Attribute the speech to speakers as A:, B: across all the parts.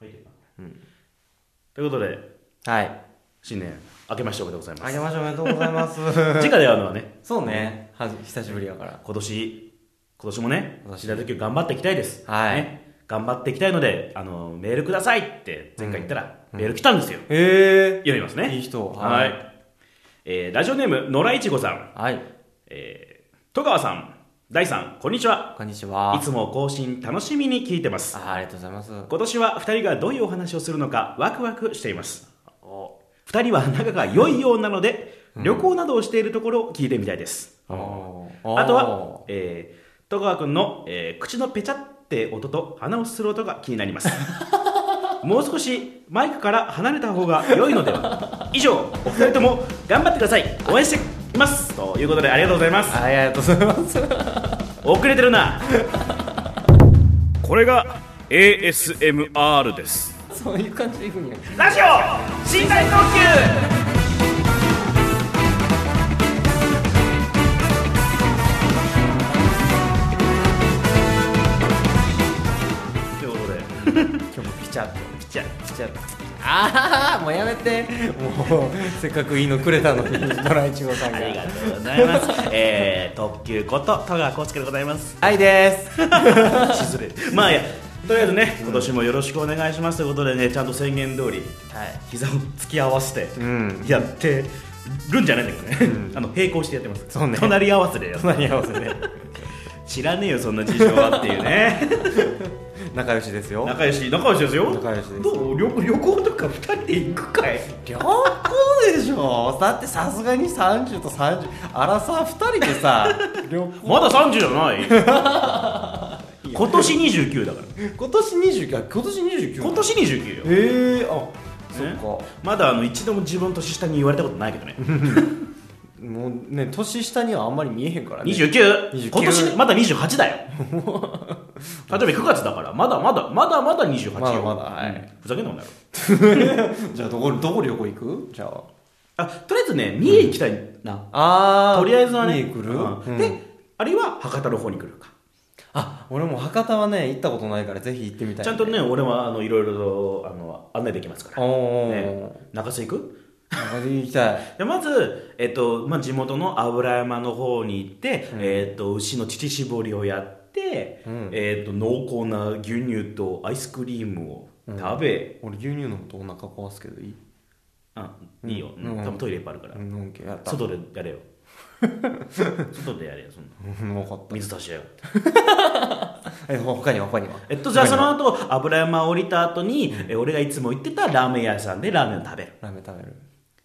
A: 入ってるな
B: うん
A: ということで、
B: はい。
A: 新年明けましておめでとうございま
B: あ
A: す。
B: げましょう。おめでとうございます。
A: 次回で会うのはね、
B: そうね。はじ、久しぶりやから。
A: 今年、今年もね
B: 今、年
A: 白崎を頑張っていきたいです。
B: はい
A: ね頑張っていきたいので、あの、メールくださいって前回言ったら、メール来たんですよ。
B: へ
A: 読みますね。
B: いい人
A: は。
B: はいい
A: えーラジオネーム、野良いちごさん。
B: ー。はい。
A: えー戸川さん、大さん、こんにちは。。
B: こんにちはい
A: つも更新楽しみに聞いてます。
B: あありがとうございます。
A: 今年は2人がどういうお話をするのかワクワクしています
B: お
A: 2人は仲が良いようなので、旅行などをしているところを聞いてみたいです
B: お
A: あとは、、えー戸川君の、えー口のペチャって音と鼻をすする音が気になります もう少しマイクから離れた方が良いのでは以上お二人とも頑張ってください応援していますということでありがとうございます
B: はい、ありがとうございます。
A: 遅れてるな これが ASMR です
B: そういう感じでいくんや。
A: ラジオ身体特急ということで、
B: 今日もピチャッと、
A: ピチャ
B: ピチャッと。ああ、もうやめて。もう、せっかくいいのくれたのに、ドライチゴさんが。
A: ありがとうございます。えー、特急こと戸川康介でございます。
B: はいです。
A: 失礼。 まあいいや、とりあえずね、今年もよろしくお願いしますということでね、ちゃんと宣言通り、
B: はい。
A: 膝を突き合わせて
B: うん
A: やってるんじゃないんだけどね、 あの並行してやってます。
B: そうね
A: 隣り合わせでやってます
B: 隣に合わせて。
A: 知らねえよそんな事情はっていうね
B: 仲良しですよ。
A: 仲良し仲良しですよ
B: 仲良しです
A: どう旅旅行とか2人で行くかい
B: 旅行でしょだってさすがに30と30あらさ2人で さ旅行
A: まだ30じゃない 今年29だから
B: 今年29あ今年29
A: 今年29よ、
B: ええー、あ
A: ね
B: そっか
A: まだあの一度も自分の年下に言われたことないけどね
B: もうね年下にはあんまり見えへんからね
A: 29
B: 29
A: 今年まだ28だよ例え ば9月だからまだまだまだまだ28よ
B: まだまだはい
A: うんふざけんなもんだろ
B: じゃあどこどこ旅行行くじゃあ
A: あとりあえずね三重行きたいな、
B: あー
A: とりあえずはね
B: 見に来る、
A: うん
B: うん
A: であるいは博多の方に来るか
B: あ俺も博多はね行ったことないからぜひ行ってみたい
A: ちゃんとね、俺はあのいろいろとあの案内できますから。
B: おーお
A: ね
B: ー、
A: 中洲行く
B: 博多行きたい
A: でまず、えっとまあ、地元の油山の方に行って、えっと牛の乳搾りをやって、
B: うん
A: えっと濃厚な牛乳とアイスクリームを食べ、
B: 俺牛乳飲むとお腹壊すけどいい
A: あいいよ、
B: う
A: うんん多分トイレいっぱいあるから、
B: 飲んけやった
A: 外でやれよ外でやれよその
B: うん 分かっ
A: 水足しやよう
B: たえ他には他には
A: えっとじゃあその後油山降りた後に、え俺がいつも行ってたラーメン屋さんでラーメンを食べる
B: ラーメン食べる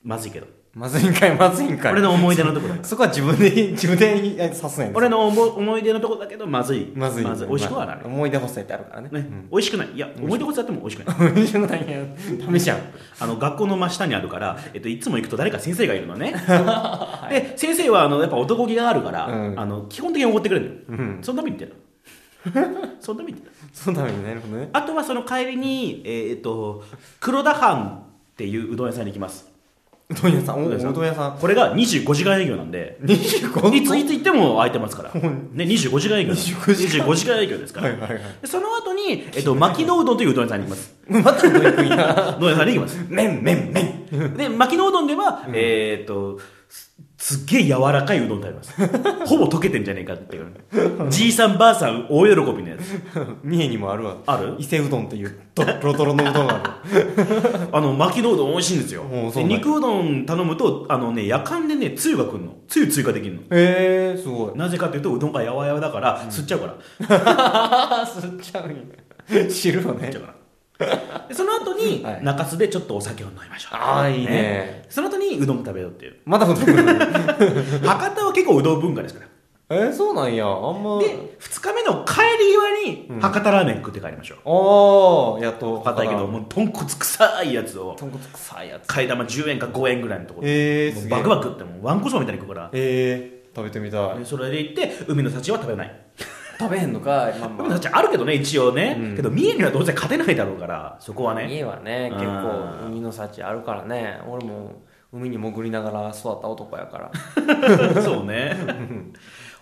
A: まずいけど
B: まずいんかいまずいんかい
A: 俺の思い出のとこだから
B: そこは自分で自分で刺すんやん
A: 俺の思思い出のとこだけどまずい
B: まずい
A: まずい美味しくはなる、ね
B: 思い出補正ってあるからね
A: 美味しくないいや思い出こそやっても美味しくない
B: うん一緒なんやダメじゃん
A: あの学校の真下にあるから、えっと、いつも行くと誰か先生がいるのねで先生はあのやっぱ男気があるから、
B: うん
A: あの基本的に怒ってくれるのよ、
B: うん
A: そのために言ってるそのために言ってる
B: そのためになるほどね
A: あとはその帰りに、えーえっと黒田藩っていううどん屋さんに行きます
B: うどん屋さんお
A: うどん屋さん
B: うどん屋さん
A: これが25時間営業なんで
B: 25
A: いついつ行っても空いてますから、ね、25時間営業です
B: 25時間
A: 25時間営業ですから、
B: はいはいはい
A: でその後に、えっと、巻きのうどんといううどん屋さんに行きます。
B: またうどん行くんや
A: うどん屋さんに行きます。
B: 麺麺麺
A: で、巻きのうどんでは、えーっと、すすっげえ柔らかいうどん食べます。ほぼ溶けてんじゃねえかっていう。じいさんばあさん大喜びのやつ。
B: 三重にもあるわ
A: ある
B: 伊勢うどんっていうとロトロのうどん がある
A: あの、巻きのうどん美味しいんですよ。
B: おうそ
A: で
B: うなんや
A: 肉うどん頼むと、あのね、夜間でね、つゆが来るの。つゆ追加できるの。
B: えーすごい
A: なぜかというと、うどんがやわやわだから、吸っちゃうから。
B: ああ吸っちゃうんや汁をね
A: 吸っちゃうから。でその後に、
B: はい
A: 中洲でちょっとお酒を飲みましょう。
B: ああいいね
A: その後にうどんも食べようっていう。
B: まだうどん行く
A: 博多は結構うどん文化ですから。
B: えーそうなんやあんま
A: で、2日目の帰り際に博多ラーメン食って帰りましょう。
B: ああやっと
A: 博多やけど、もう豚骨臭いやつを、
B: 豚骨臭いやつ
A: 替え玉10円か5円ぐらいのところで、
B: えー
A: も
B: す
A: う
B: げえ
A: バクバク食って、もうワンコそばみたいに食うから、
B: えー、食べてみたい
A: でそれで行って、海の幸は食べない。
B: 食べへんのかいまん
A: 海の幸あるけどね、一応ね。けど、三重にはどうせ勝てないだろうから、そこはね。
B: 家はね
A: うん
B: 結構海の幸あるからね俺も海に潜りながら育った男やから
A: そう ね。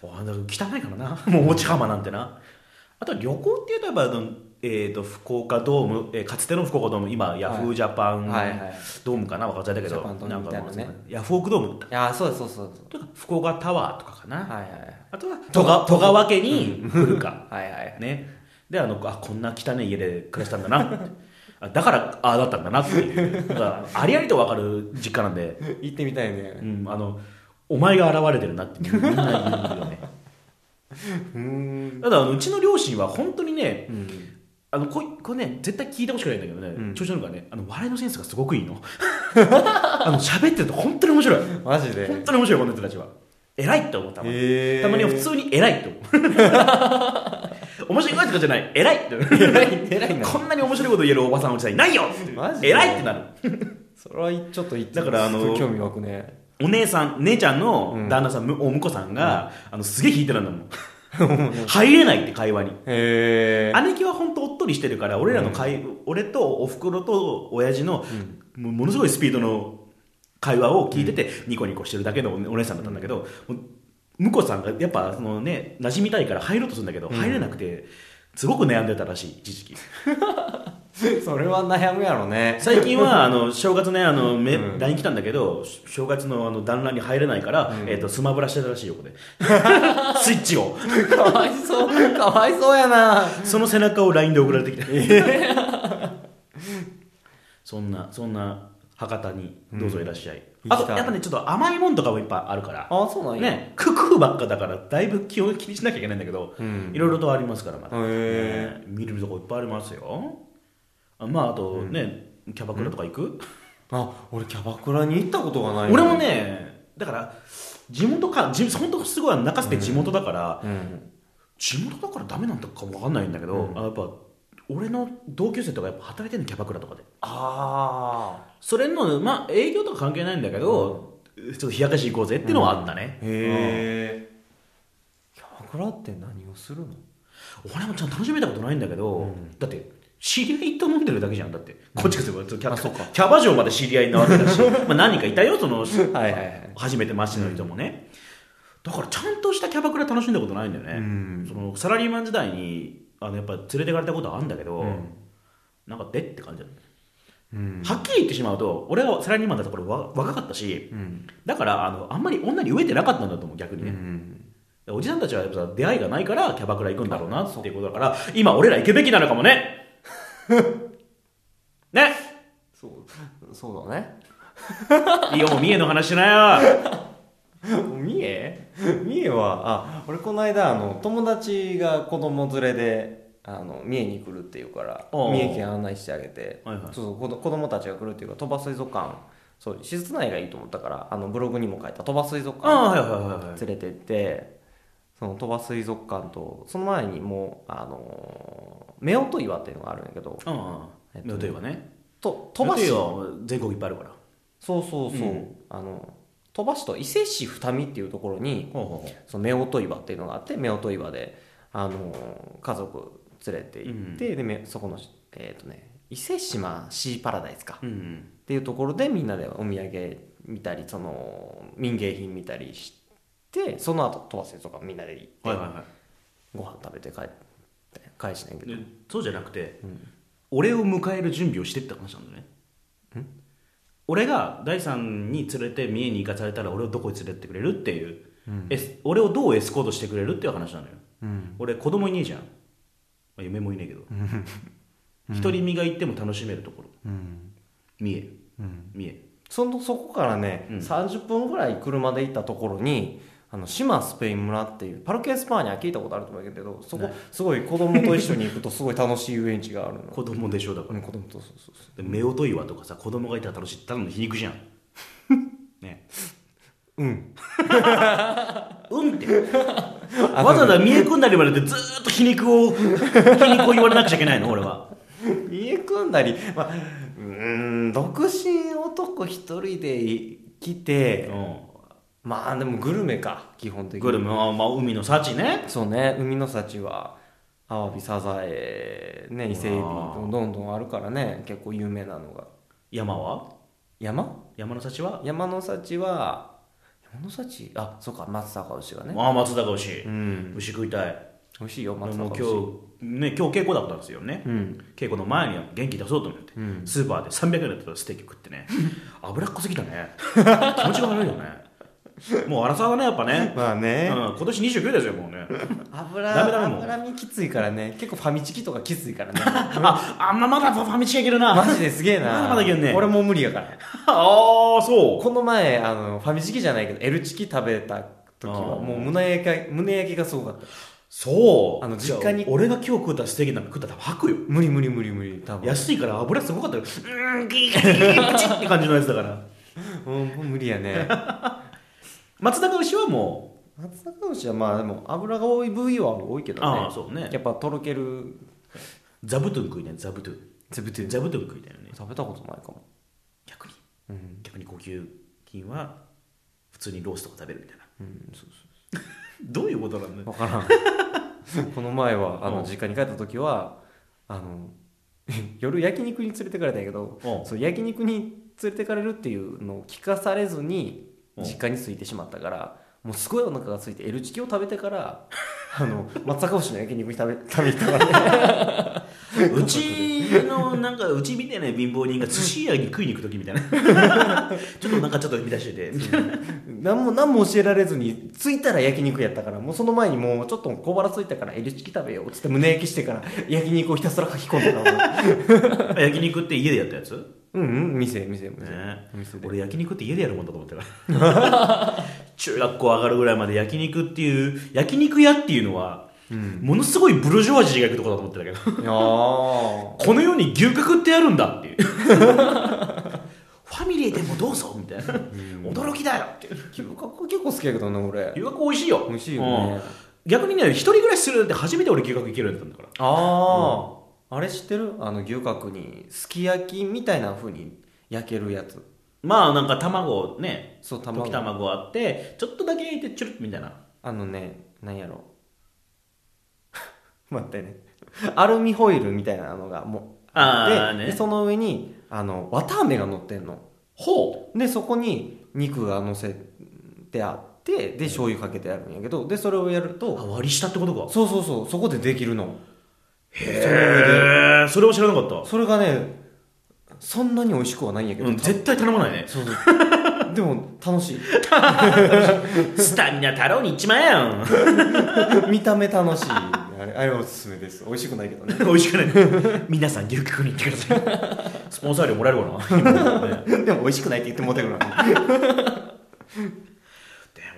A: おあの汚いからな、もう落ち浜なんてな。あとは旅行って言うと、やっぱあの、えー、と福岡ドーム、えーかつての福岡ドーム今ヤフージャパン
B: はいはい
A: ドームかな分かっちゃったけ
B: ジ
A: ど
B: ャパンドーム
A: なんか
B: みたいなね
A: ヤフオクドーム
B: いやーそうですそうですそうです
A: とか福岡タワーとかかな、
B: はいはい
A: あとは戸川戸川家に来るか、
B: はいはいはい
A: ねであのあこんな汚い家で暮らしたんだなあだからああだったんだなっていうだからありありと分かる実家なんで、
B: 行ってみたいね
A: うん、あのお前が現れてるなってみんな言うよね
B: うん
A: ただあのうちの両親は本当にね
B: うん
A: あのこいこれね絶対聞いてほしくないんだけどね、
B: うん
A: 調子乗るからねあの笑いのセンスがすごくいいのあの喋ってると本当に面白い
B: マジで
A: 本当に面白いこの人たちは偉いって思ったもん
B: へー
A: たまに普通に偉いと思う 面白いとかじゃない偉いって
B: 偉い偉いな
A: こんなに面白いこと言えるおばさんおじさんいないよ
B: マジで
A: 偉いってなる
B: それはいちょっと言って
A: だからあの
B: ちょっと興味湧くね
A: お姉さん姉ちゃんの
B: うん
A: 旦那さん、むお婿さんが、あのすげえ引いてるんだもん入れないって会話に
B: へえ
A: 姉貴は本当おっとりしてるから俺らの会、俺とおふくろと親父の、もうものすごいスピードの会話を聞いてて、ニコニコしてるだけのお姉さんだったんだけど、もう向こうさんがやっぱそのね馴染みたいから入ろうとするんだけど、入れなくてすごく悩んでたらしい一時期
B: それは悩むやろね
A: 最近はあの正月ねあの、め
B: うん
A: LINE 来たんだけどし正月のあの団らんに入れないから、えー、とスマブラしてたらしいよここで スイッチを
B: かわいそうかわいそうやな
A: その背中を LINE で送られてきた、 そんなそんな博多にどうぞいらっしゃい、
B: うん
A: あと
B: 行きたい
A: やっぱねちょっと甘いもんとかもいっぱいあるから
B: あそうなんや
A: ねクックばっかだからだいぶ気を気にしなきゃいけないんだけど、
B: うん
A: いろいろとありますからまだ、
B: へえ
A: ね見れるとこいっぱいありますよあまああとね、キャバクラとか行く、
B: あ俺キャバクラに行ったことがない
A: 俺もねだから地元か地本当すごい中洲って地元だから、
B: うん
A: 地元だからダメなんだか分かんないんだけど、あやっぱ俺の同級生とかやっぱ働いてるのキャバクラとかで
B: ああ
A: それのまあ営業とか関係ないんだけど、ちょっと冷やかし行こうぜっていうのはあったね、
B: へえキャバクラって何をするの
A: うん俺もちゃんと楽しめたことないんだけど、だって知り合いと飲んでるだけじゃんだってこっちがすればキャ
B: あそうか
A: キャバ嬢まで知り合いなわけだ しまあ何人かいたよその
B: はいはいはい
A: 初めてマシの人もね、だからちゃんとしたキャバクラ楽しんだことないんだよね、
B: うん
A: そのサラリーマン時代にあのやっぱ連れてかれたことはあるんだけど、
B: うん
A: なんかでって感じだった
B: うん
A: はっきり言ってしまうと俺はサラリーマンだった頃わ若かったし
B: うん
A: だからあのあんまり女に飢えてなかったんだと思う逆にね、おじさんたちはやっぱさ出会いがないからキャバクラ行くんだろうなっていうことだから今俺ら行くべきなのかもね ね
B: そうそうだね
A: いいよもう三重の話し なよ
B: 三重三重はあ俺この間あの友達が子供連れであの三重に来るっていうから
A: おう
B: 三重県案内してあげて、
A: はいはい
B: そうそう子ど子供たちが来るっていうか鳥羽水族館そう施設内がいいと思ったからあのブログにも書いた鳥羽水族
A: ああ
B: 館
A: はいはいはいはい
B: 連れてってその鳥羽水族館とその前にもうあのー夫婦岩っていうのがあるんやけど
A: うんうん例えばね
B: と
A: 飛
B: 鳥
A: ば
B: 羽
A: し
B: 市
A: よ全国いっぱいあるから
B: そうそうそう、
A: う
B: あの鳥羽市と伊勢市二見っていうところに
A: ほうほう
B: その夫婦岩っていうのがあって夫婦岩で、あのー家族連れて行って、でめそこの、えーとね、伊勢島シーパラダイスか、っ
A: うんうん
B: ていうところでみんなでお土産見たりその民芸品見たりしてその後鳥羽水族館みんなで行って、
A: はいはいは
B: ご飯食べて帰って返しねんけ
A: い
B: ど
A: でそうじゃなくて俺を迎える準備をしてって話なんだよね俺が第三に連れて三重に行かされたら俺をどこに連れてってくれるっていう、エス俺をどうエスコートしてくれるっていう話なのよ、俺子供いねえじゃん、まあ、夢もいねえけど独り身がいても楽しめるところ、三重、三重
B: そのそこからね、30分ぐらい車で行ったところにあの島スペイン村っていうパルケ・エスパーニャ聞いたことあると思うけどそこすごい子供と一緒に行くとすごい楽しい遊園地があるの
A: 子供でしょだから
B: うん子供とそうそうそ
A: で夫婦岩とかさ子供がいたら楽しいただの皮肉じ ゃんね
B: う うん
A: うんってわざわざ三重君なりまでってずーっと皮肉を皮肉を言われなくちゃいけないの俺は
B: 家組んだり、まあ、うーん独身男一人で来て
A: う
B: まあでもグルメか基本的
A: ん
B: に
A: グルメは、まあ、海の幸ね
B: そうね海の幸はアワビサザエ、ね、伊勢エビどんどんどんあるからね結構有名なのが
A: 山は
B: 山
A: 山の幸は
B: 山の幸は山の幸あそうか松阪牛がね
A: まあ松坂牛、
B: うん
A: 牛食いたい
B: 美味しいよ
A: 俺
B: 松
A: も
B: 阪
A: 今
B: 牛
A: 日ね、今日稽古だったんですよね、
B: うん
A: 稽古の前には元気出そうと思って、
B: うん
A: スーパーで300円だったステーキ食ってね脂っこすぎたね気持ちが悪いよねもう荒沢だねやっぱね、
B: まあ
A: うん、
B: ね
A: 今年29ですよもうね
B: 油
A: ダメダメもう
B: 油身きついからね結構ファミチキとかきついからね
A: ああんままだファミチキいけるな
B: マジですげえ
A: ま
B: な
A: だまだいけんね
B: 俺もう無理やから
A: ああそう
B: この前あのファミチキじゃないけど L チキ食べた時
A: あ
B: は
A: ー
B: もう胸焼けが胸焼けがすごかった
A: そう
B: あの実家に
A: じゃあ俺が今日食ったステーキなんか食ったら多分吐くよ
B: 無理無理無理無理多分
A: 安いから油すごかったようーんギーギ ープチって感じのやつだから
B: うんもう無理やね
A: 松坂牛はも
B: 松阪牛はまあでも油が多い部位は多いけ
A: う
B: どね
A: ああそうね
B: やっぱとろける
A: ザブトゥン食いたいザブトゥン
B: ゼブテ
A: ザブトゥン食いたいよね
B: 食べたことないかも、
A: 逆に
B: うん、
A: 逆に呼吸筋は普通にロースとか食べるみたいな
B: うんそう
A: どういうことなんだよ
B: 分からん この前はあの実家に帰った時はあの 夜焼肉に連れてかれたんやけど
A: おう
B: そう焼肉に連れてかれるっていうのを聞かされずに
A: うん
B: 実家に着いてしまったからもうすごいお腹が空いて L チキを食べてからあの松阪牛の焼肉に食べ食べに行ったからね
A: うちのなんかうちみたいな貧乏人が寿司屋に食いに行く時みたいな ちょっとなんかちょっと乱しててみたいな
B: 何も何も教えられずに着いたら焼肉やったからもうその前にもうちょっと小腹空いたから L チキ食べようっつって胸焼きしてから焼肉をひたすら書き込んだから
A: 焼肉って家でやったやつ
B: うんうん店店店、
A: ね
B: お店で
A: 俺焼肉って家でやるもんだと思ってたから 中学校上がるぐらいまで焼肉っていう焼肉屋っていうのは、ものすごいブルジョワジーが行くとこだと思ってたけ ど
B: いやー
A: この世に牛角ってあるんだって いうファミリーでもどうぞみたいな驚きだよっていう
B: 牛角結構好きやけどね俺
A: 牛角美味しいよ
B: 美味しいよね
A: うん逆にね一人暮らしするなんて初めて俺牛角行けるようになったんだか
B: ああ、あれ知ってるあの牛角にすき焼きみたいな風に焼けるやつ
A: らまあなんか卵ね
B: そう
A: 溶き
B: 卵
A: 卵あってちょっとだけ入れてチュルッみたいな
B: あのねなんやろ 待ってねアルミホイルみたいなのがもう
A: あー
B: って
A: ね
B: でその上にあの綿あめが乗ってんの
A: ほ
B: でそこに肉が乗せてあってで醤油かけてあるんやけどでそれをやる
A: う
B: と
A: あ割り下ってことか
B: そうそうそうそこでできるの
A: へえそれは知らなかった
B: それがねそんなに美味しくはないんやけど、
A: うん、絶対頼まないね。
B: そうそうでも楽しい
A: スタミナ太郎に一万円
B: 見た目楽しいあれあれおすすめです美味しくないけどね
A: 美味しくない。皆さん、牛角に行ってください。スポンサー料もらえる かな
B: でも美味しくないって言ってもうてくるな
A: で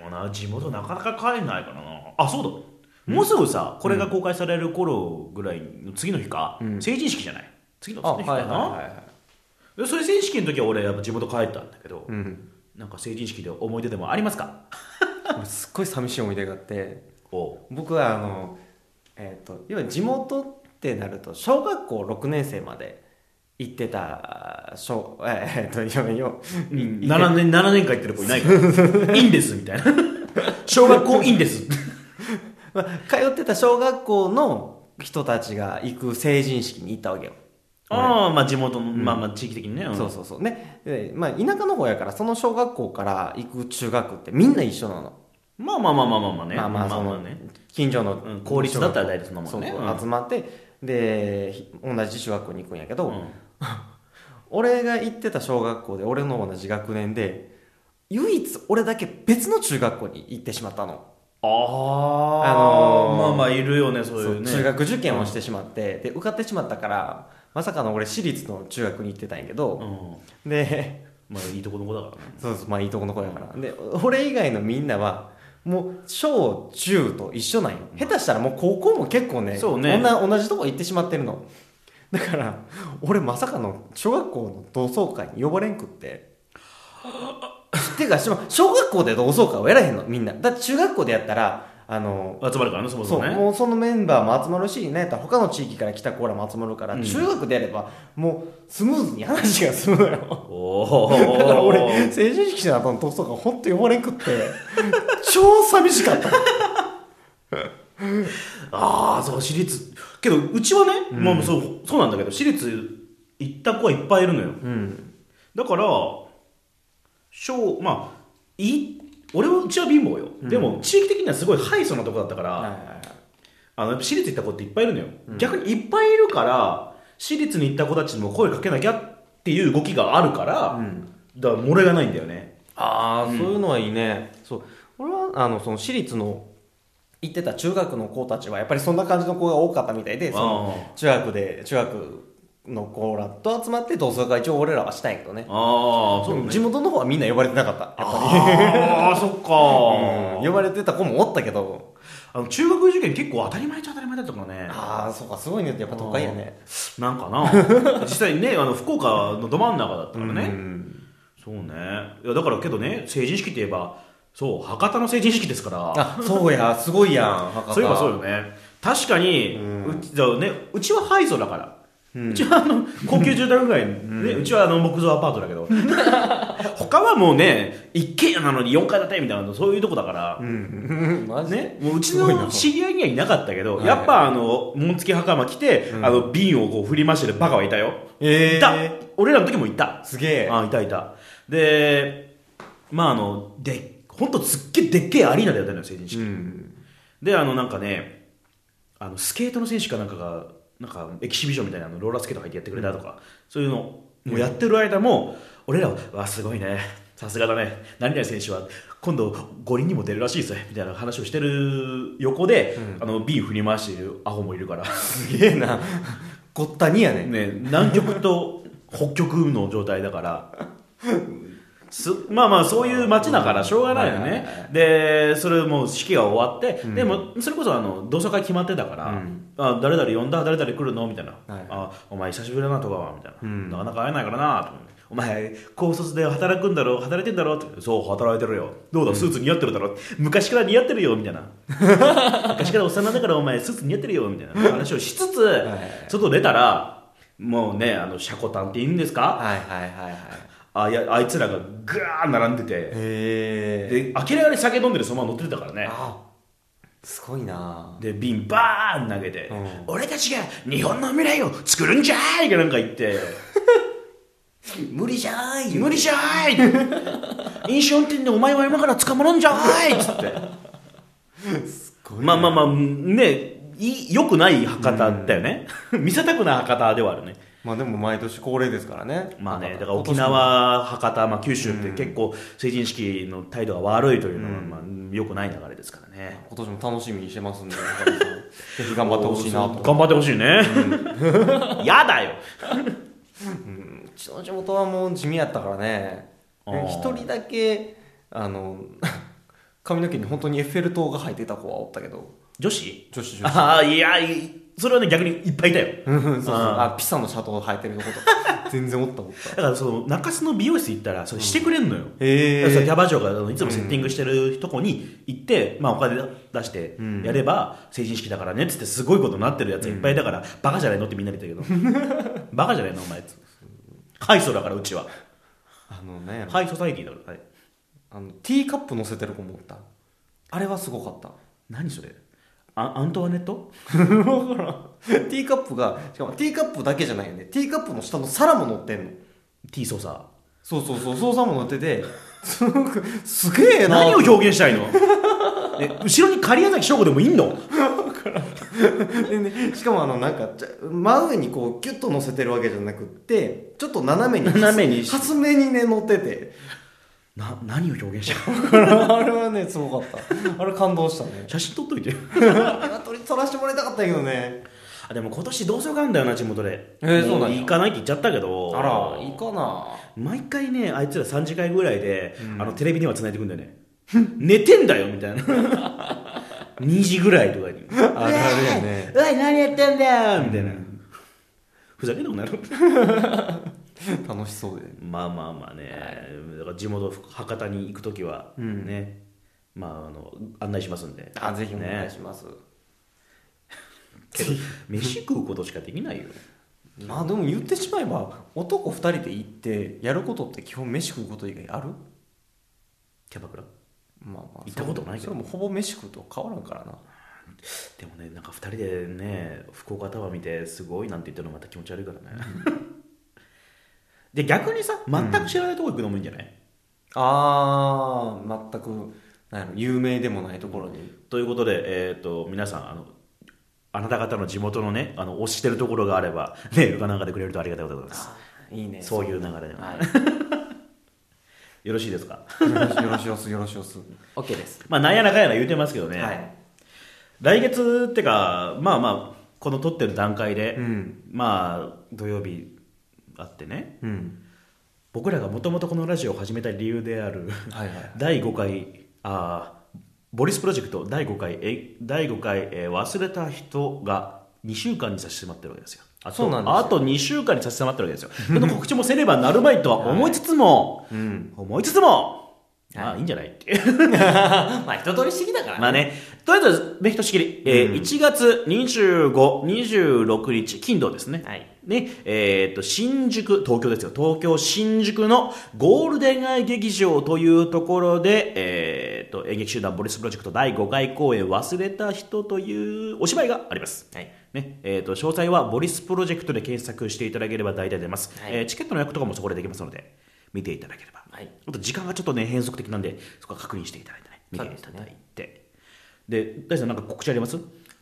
A: もな、地元なかなか帰んないからな。あ、そうだ。もうすぐさ、これが公開される頃ぐらいの次の日か、
B: うん
A: 成人式じゃない次の
B: あ
A: 次の
B: はい
A: 日か
B: は
A: な、
B: いは
A: でそれ成人式の時は俺やっぱ地元帰ったんだけど、
B: い、うん、
A: なんか成人式で思い出でもありますか
B: 俺すっごい寂しい思い出があって
A: おう
B: 僕はあのえっ、と要は地元ってなると小学校6年生まで行ってた小えっ、とよよ、い
A: 7年、7年間行ってる子いない から。いいんです、みたいな。小学校いいんです。
B: まあ通ってた小学校の人たちが行く成人式に行ったわけよ
A: ああ、まあ地元の、まあまあ地域的にね。ん
B: そうそうそうねで、まあ、田舎の方やからその小学校から行く中学ってみんな一緒なの、
A: まあまあまあまあまあまあね。
B: まあまあその、
A: ね。
B: 近所の、
A: うん公立だったら大体そんなも
B: そ
A: ん
B: う
A: ね。
B: そう
A: うん
B: 集まってでひ同じ中学校に行くんやけど、
A: うん
B: 俺が行ってた小学校で俺の同じ学年で唯一俺だけ別の中学校に行ってしまったの、
A: ああ、
B: あのー
A: まあまあいるよね、そうい
B: そうう
A: ね。
B: 中学受験をしてしまって、で受かってしまったからまさかの俺私立の中学に行ってたんやけ
A: う
B: ど、
A: ん。
B: で
A: まあいいとこの子だからね。
B: そうそうまあいいとこの子やから、で俺以外のみんなはもう小中と一緒なんよ下手したらもう高校も結構ね
A: そうね
B: 同同じとこ行ってしまってるのだから俺まさかの小学校の同窓会に呼ばれんくっててかしま小学校で同窓会をやらへんのみんなだって中学校でやったらあの
A: 集まるからね、そもそ
B: そう
A: もね。
B: もうそのメンバーも集まるし、なんやったら他の地域から来た子らも集まるから、
A: うん
B: 中学でやればもうスムーズに話が進むのよ
A: お
B: だから
A: お。
B: 俺成人式の後の同窓会ほんと呼ばれんくって超寂しかった
A: ああ、そう、私立。けど、うちはね、まあそう、そうなんだけど、私立行った子はいっぱいいるのよ。
B: うん
A: だから、小、まあ、いい、俺はうちは貧乏よ。でも、地域的にはすごいハイソなとこだったから、ああの私立行った子っていっぱいいるのよ、逆にいっぱいいるから私立に行った子たちにも声かけなきゃっていう動きがあるから、だから漏れがないんだよね
B: ああ、そういうのはいいねそう俺はあのその私立の行ってた中学の子たちはやっぱりそんな感じの子が多かったみたいでその中学で中学の子らと集まって同窓会一応俺らはしたんやけどね
A: ああそう
B: 地元の方はみんな呼ばれてなかったやっぱ
A: ああそっ
B: り、うん
A: か、
B: 呼ばれてた子もおったけど
A: あの中学受験結構当たり前っちゃ当たり前だったからね
B: ああそうかすごいねやっぱ都会やね
A: なんか な実際にねあの福岡のど真ん中だったからね、
B: うん
A: そうねいやだからけどね成人式って言えばそう博多の成人式ですから
B: あそうやすごいやん博多
A: そういえばそうよね確かに、うちだからね、うちは廃墟だから、うちはあ の高級住宅街、ねうちはあの木造アパートだけど他はもうね一軒家なのに4階建てみたいなそういうとこだから、
B: うんマジ
A: ね、もううち
B: すごい
A: の
B: な
A: 知り合いにはいなかったけど、
B: はい
A: やっぱあの紋付き袴着て、あの瓶をこう振り回してるバカはいたよ、
B: え
A: いた
B: え
A: 俺らの時もいた
B: すげえ
A: あいたいたでまああので本当すっげえでっけえアリーナでやったのよ成人式、
B: うん
A: であのなんかねあのスケートの選手かなんかがなんかエキシビションみたいなのローラースケート履いてやってくれたとか、そういうのもうやってる間も、俺らは「わすごいねさすがだね何々選手は今度五輪にも出るらしいぜ」みたいな話をしてる横で、あの瓶振り回しているアホもいるから
B: すげえなごったにやね
A: ね、南極と北極の状態だから。すまあまあそういう街だからしょうがないよ
B: はいはいは
A: ね、でそれもう式が終わって、でもそれこそあの同窓会決まってたから、
B: うん
A: あ誰々呼んだ誰々来るのみたいな、
B: はい
A: あお前久しぶりだなとかはみたいな、
B: うん
A: なかなか会えないからなと思ってお前高卒で働くんだろ働いてんだろってそう働いてるよどうだスーツ似合ってるだろ、昔から似合ってるよみたいな 昔からおっさんなんだからお前スーツ似合ってるよみたいな話をしつつ、
B: いはい
A: 外出たらもうねあのシャコタンっていうんですか
B: はいはいはいはい
A: あいやあいつらがぐわー並んでて
B: へえ
A: で明らかに酒飲んでるそのまま乗ってたからね
B: あすごいな
A: で瓶バーン投げて、
B: うん
A: 俺たちが日本の未来を作るんじゃーいかなんか言って
B: 無理じゃーい
A: 無理じゃーい飲酒運転でお前は今から捕まるんじゃーいっつってまあまあまあねい良くない博多だよね、 見せたくない博多ではあるね
B: まあでも毎年恒例ですからね
A: まあね、だから
B: 今年
A: 沖
B: も
A: 縄、博多、まあ、九州って結構成人式の態度が悪いというのは、まあ、良くない流れですからね。
B: 今年も楽しみにしてますんでぜ ひ頑張ってほしいなと
A: 頑張ってほしいね。 やだよ。
B: うちの地元はもう地味やったからね
A: あー
B: で一人だけあの 髪の毛に本当にエッフェル塔が生えてた子はおったけど
A: 女子
B: 女子女子
A: ああ、いや、いそれはね、逆にいっぱいいたよ。
B: うんそうそうあピサのシャトー生えてる子とか 全然おったおった
A: だから、その、中洲の美容室行ったら、それしてくれんのよ。
B: へ
A: だからさキ
B: え
A: ャバ嬢があのいつもセッティングしてるとこに行って、まあ、お金出してやれば成人式だからねっつってすごいことになってるやつがいっぱいだから、バカじゃないのってみんなに言ったけどバカじゃないのお前っつってハイソだからうちは
B: あのね
A: ハイソサイティだから、はい、
B: あのティーカップ乗せてる子もおったあれはすごかった
A: 何それアアントワネット
B: 分からんティーカップがしかもティーカップだけじゃないよねティーカップの下の皿も乗ってんの
A: T ソーサ
B: そうそうそう操作も乗っててすごくすげえ
A: ー
B: な
A: 何を表現したいのえ後ろに狩矢崎翔吾でもいんの
B: でねしかもあのなんかじゃ真上にこうキュッと乗せてるわけじゃなくってちょっと斜めに
A: 斜めに
B: 初めにね乗ってて
A: な何を表現したの
B: あれはねすごかったあれ感動したね
A: 写真撮っといて
B: あれは撮り撮らせてもらいたかったけどね
A: あでも今年同窓会あんだよな地元で
B: えーそうなんや
A: も行かないって言っちゃったけど
B: あらいいかな
A: 毎回ねあいつら3時間ぐらいで、あのテレビには繋いでくんだよね 寝てんだよみたいな 2時ぐらいとかに「
B: あるあるやね
A: うわい何やってんだよ」みたいな、ふざけんなくなる
B: 楽しそうで
A: まあまあまあね、だから地元博多に行く時は
B: うん
A: ね、まああの案内しますんで
B: あぜひお願い
A: ね
B: します、
A: けど飯食うことしかできないよ
B: まあでも言ってしまえば男2人で行ってやることって基本飯食うこと以外ある
A: キャバクラ
B: まあまあ
A: 行ったことないけ
B: そ
A: ど
B: れもほぼ飯食うと変わらんからな
A: でもねなんか2人でね福岡タワー見てすごいなんて言ったのまた気持ち悪いからねで逆にさ全く知らないとこ行くのもいいんじゃない、
B: あー全くなんやろ有名でもないところに
A: ということで、えー、と皆さんあのあなた方の地元のね、あの、推してるところがあれば、メールかなんかでくれるとありがたいことでございます。
B: いいね
A: そういう流れで。
B: は
A: よろしいですか
B: い、よろしよろしよすよろしよす OK です、
A: まあ、なんやらかんやら言うてますけどね。
B: はい
A: 来月ってか、まあまあ、この撮ってる段階で、
B: うん
A: まあ、土曜日あってね、
B: うん
A: 僕らがもともとこのラジオを始めた理由である、
B: はいはい
A: 第5回、あーボリスプロジェクト第5回、え第5回、えー忘れた人が2週間に差し迫ってるわけですよ。あと
B: そうなんですよ
A: あと2週間に差し迫ってるわけです よ。この告知もせねばなるまいとは思いつつも、
B: うん
A: 思いつつも、
B: い
A: まあいいんじゃないって
B: まあ一通りしてきだから
A: まあね、とりあえず、ね、ひとしきり、えー1月25、26日、金土ですね。
B: はい
A: ね、えっ、と、新宿、東京ですよ。東京、新宿のゴールデン街劇場というところで、えっ、と、演劇集団ボリスプロジェクト第5回公演忘れた人というお芝居があります。
B: はい
A: ね、えっ、と、詳細はボリスプロジェクトで検索していただければ大体出ます。
B: はい
A: えーチケットの予約とかもそこでできますので、見ていただければ。
B: はい
A: あと時間がちょっとね変則的なんでそこは確認していただいてね見ていただいてで,、大地さんなんか告知あります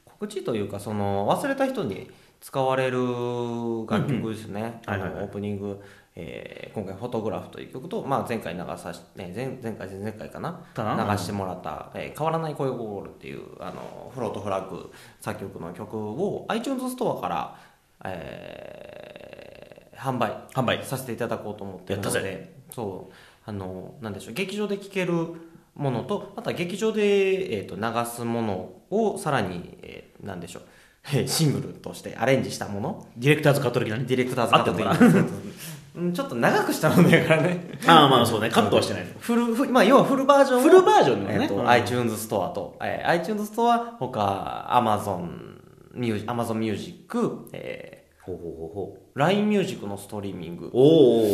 B: 告知というかその忘れた人に使われる楽曲ですね、
A: うんうん
B: あの
A: はいはいはい
B: オープニング、えー今回「フォトグラフ」という曲と、まあ、前回流さし、ね、前前回前々回かな
A: かな
B: 流してもらった「えー変わらない恋ゴール」っていうあのフロートフラッグ作曲の曲を iTunes ストアから、えー販売
A: 販売
B: させていただこうと思ってるの
A: やった
B: でそうあのなんでしょう劇場で聴けるものとあとは劇場で、えー、と流すものをさらに、えーなんでしょうえーシングルとしてアレンジしたもの
A: ディレクターズカット的な
B: ディレクターズ
A: あ
B: カ
A: っ
B: ッ
A: て
B: ト
A: んのか
B: 的なそうそうそううんちょっと長くしたもんだからね
A: なああまあそうねカットはしてない
B: フルフまあ要はフルバージョンを
A: フルバージョンのね
B: えーと
A: うん
B: iTunes ストアと、えー iTunes ストア他 Amazon ミュージ Amazon ミュージック、え
A: ほうほうほうほう
B: ー、LINE ミュージックのストリーミング
A: おお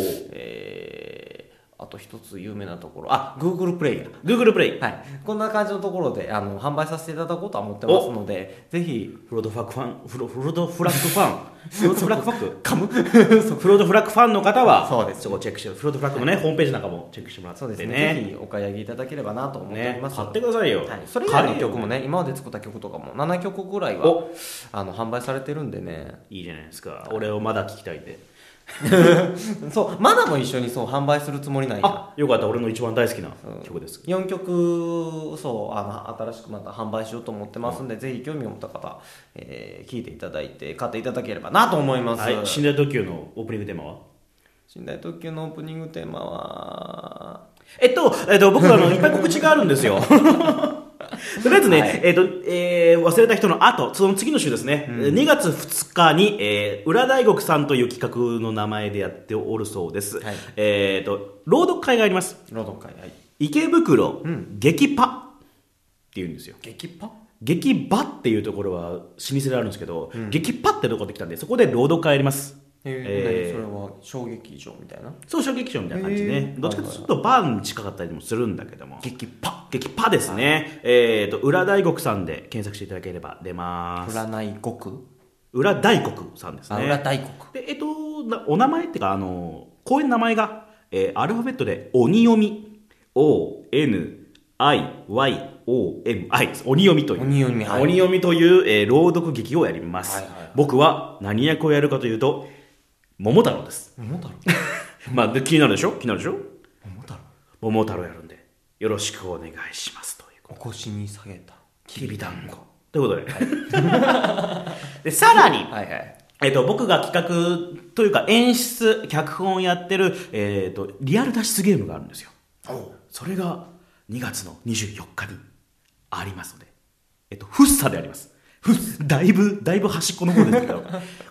B: えーあと一つ有名なところあ Google プレイヤー
A: Google プレイ
B: はい、こんな感じのところであの販売させていただこうとは思ってますのでぜひ
A: フロードフラッグファンフロフロードフラッグファンフロードフラッグファン
B: 噛む
A: フロードフラッグファンの方は
B: そうです
A: そこチェックしてフロードフラッグのね、ホームページなんかもチェックしてもらって
B: そうですねぜひお買い上げいただければなと思ってお
A: ね
B: ります、
A: 買ってくださいよ、
B: はい、それ以外の
A: 買えよ
B: 曲もね今まで作った曲とかも7曲ぐらいは
A: お
B: あの販売されてるんでね
A: いいじゃないですか俺をまだ聞きたいんで
B: そうまだも一緒にそう販売するつもりない
A: あよかった俺の一番大好きな曲です、
B: 4曲そうあの新しくまた販売しようと思ってますんで、ぜひ興味を持った方、えー聞いていただいて買っていただければなと思います、
A: はい、死んだ時球のオープニングテーマは
B: 寝台特急のオープニングテーマは
A: えっと、えっと、僕あ の、いっぱい告知があるんですよ。とりあえずね、
B: はい
A: えっと、えー忘れた人の後、その次の週ですね、2月2日に、えー、裏大国さんという企画の名前でやっておるそうです。
B: はい
A: えっと、朗読会があります。
B: 朗読会はい
A: 池袋、激パっていうんですよ。
B: 激パ
A: 激場っていうところは老舗であるんですけど、激パってとこで来たんで、そこで朗読会やります。
B: えー、それは衝撃以上みたいな
A: そう小劇場みたいな感じね、
B: へー
A: どっちかというとちょっとバーに近かったりもするんだけども
B: 激パ
A: 激パですね、えっ、と裏大国さんで検索していただければ出ます
B: 占い国
A: 裏大国さんです
B: あ
A: ね
B: 裏大国
A: でえっ、となお名前っていうかあの公演の名前が、えーアルファベットで鬼読み ONIYOMI です鬼読みという
B: 鬼読みはい
A: 鬼読みという、えー朗読劇をやります、
B: はいはいはい
A: 僕は何役をやるかというと桃太郎です
B: 桃太郎
A: まあで気になるでしょ気になるでしょ
B: 桃太郎
A: 桃太郎やるんでよろしくお願いしますという
B: お腰に下げた
A: きびだんごということで,、 でさらに、
B: はいはい
A: えっと僕が企画というか演出脚本をやってる、えっとリアル脱出ゲームがあるんですよそれが2月の24日にありますので、えっと、フッサであります。フッだいぶ、だいぶ端っこの方ですけ ど、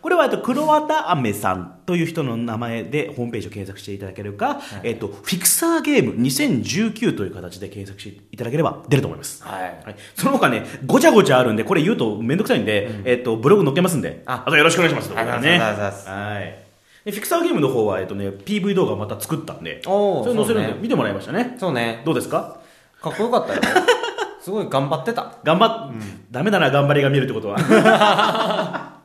A: これは、えっと、黒綿飴さんという人の名前でホームページを検索していただけるか、えっと、フィクサーゲーム2019という形で検索していただければ出ると思います。
B: はい
A: はい、その他ね、ごちゃごちゃあるんで、これ言うとめんどくさいんで、えっと、ブログ載っけますんで、あ
B: あ
A: とよろしくお願いします。
B: ありがとうござ
A: ね。
B: います
A: はい。でフィクサーゲームの方は、えっとね、PV 動画をまた作ったんで、
B: おー
A: それ載せるんで、
B: そうね
A: 見てもらいましたね。
B: そうね
A: どうですか
B: かっこよか ったよすごい頑張ってた
A: 頑張っ、ダメだな、頑張りが見えるってことは。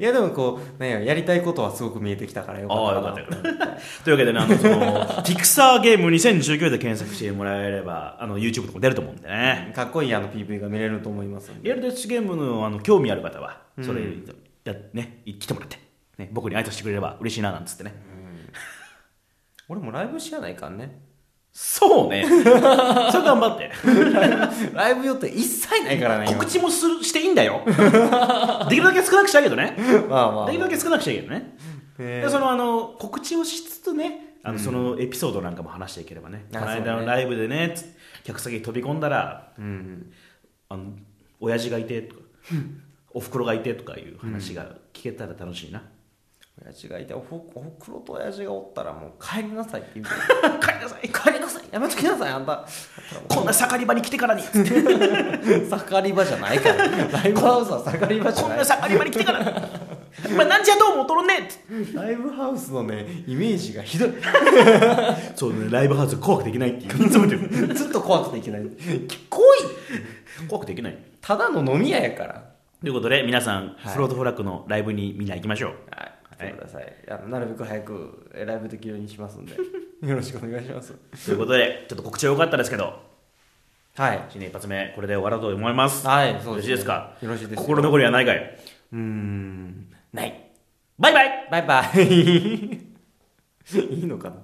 B: いやでもこうなんややりたいことはすごく見えてきたからよかった
A: ああよかった というわけでね、あの、その、ピクサーゲーム2019で検索してもらえれば、あの、YouTube とか出ると思うんでね。
B: かっこいいあの PV が見れると思いますんで
A: リアルデッチゲームの、あの、興味ある方は、それ、
B: うん
A: やね、い来てもらって、ね、僕に挨拶してくれれば嬉しいな、なんつってね。
B: 俺もライブしやないかん ね
A: そうね。それ頑張って。
B: ライブ予定一切ないからね今
A: 告知もするしていいんだよ。できるだけ少なくしたいけどね。
B: まあまあ
A: できるだけ少なくしたいけどね。
B: え
A: でそのあの告知をしつつねあの、そのエピソードなんかも話していければね
B: あ
A: この間
B: そう
A: の
B: ね
A: ライブでねつ客先に飛び込んだら
B: ーうん
A: あの親父がいてとかおふくろがいてとかいう話が聞けたら楽しいな、
B: 親父がいておふおふくろと親父がおったらもう帰りなさいって言う
A: 帰りなさい
B: 帰りなさいやめときなさいあんたあんたらも
A: こんな盛り場に来てからにつって
B: う盛り場じゃないからライブハウスは盛り場じゃ
A: こん
B: な
A: な
B: い
A: 盛り場に来てからに今何時やどうもとろんねっつって
B: ライブハウスのねイメージがひどい
A: そうねライブハウス怖くできないっていういつも言ってる
B: ずっと怖くていけない怖い
A: 怖くできない
B: ただの飲み屋やから
A: ということで皆さん、
B: はい
A: フロートフラッグのライブにみんな行きましょう
B: はい、来てください。あのなるべく早くえーライブできる ようにしますんで、よろしくお願いします。
A: ということでちょっと告知は良かったですけど
B: はい。
A: 新年一発目これで終わろうと思います
B: はい、
A: よろしいですか
B: よろしいですよ。
A: 心残りはないかいう
B: ーん、ない。
A: バイバイ
B: バイバイ。いいのかな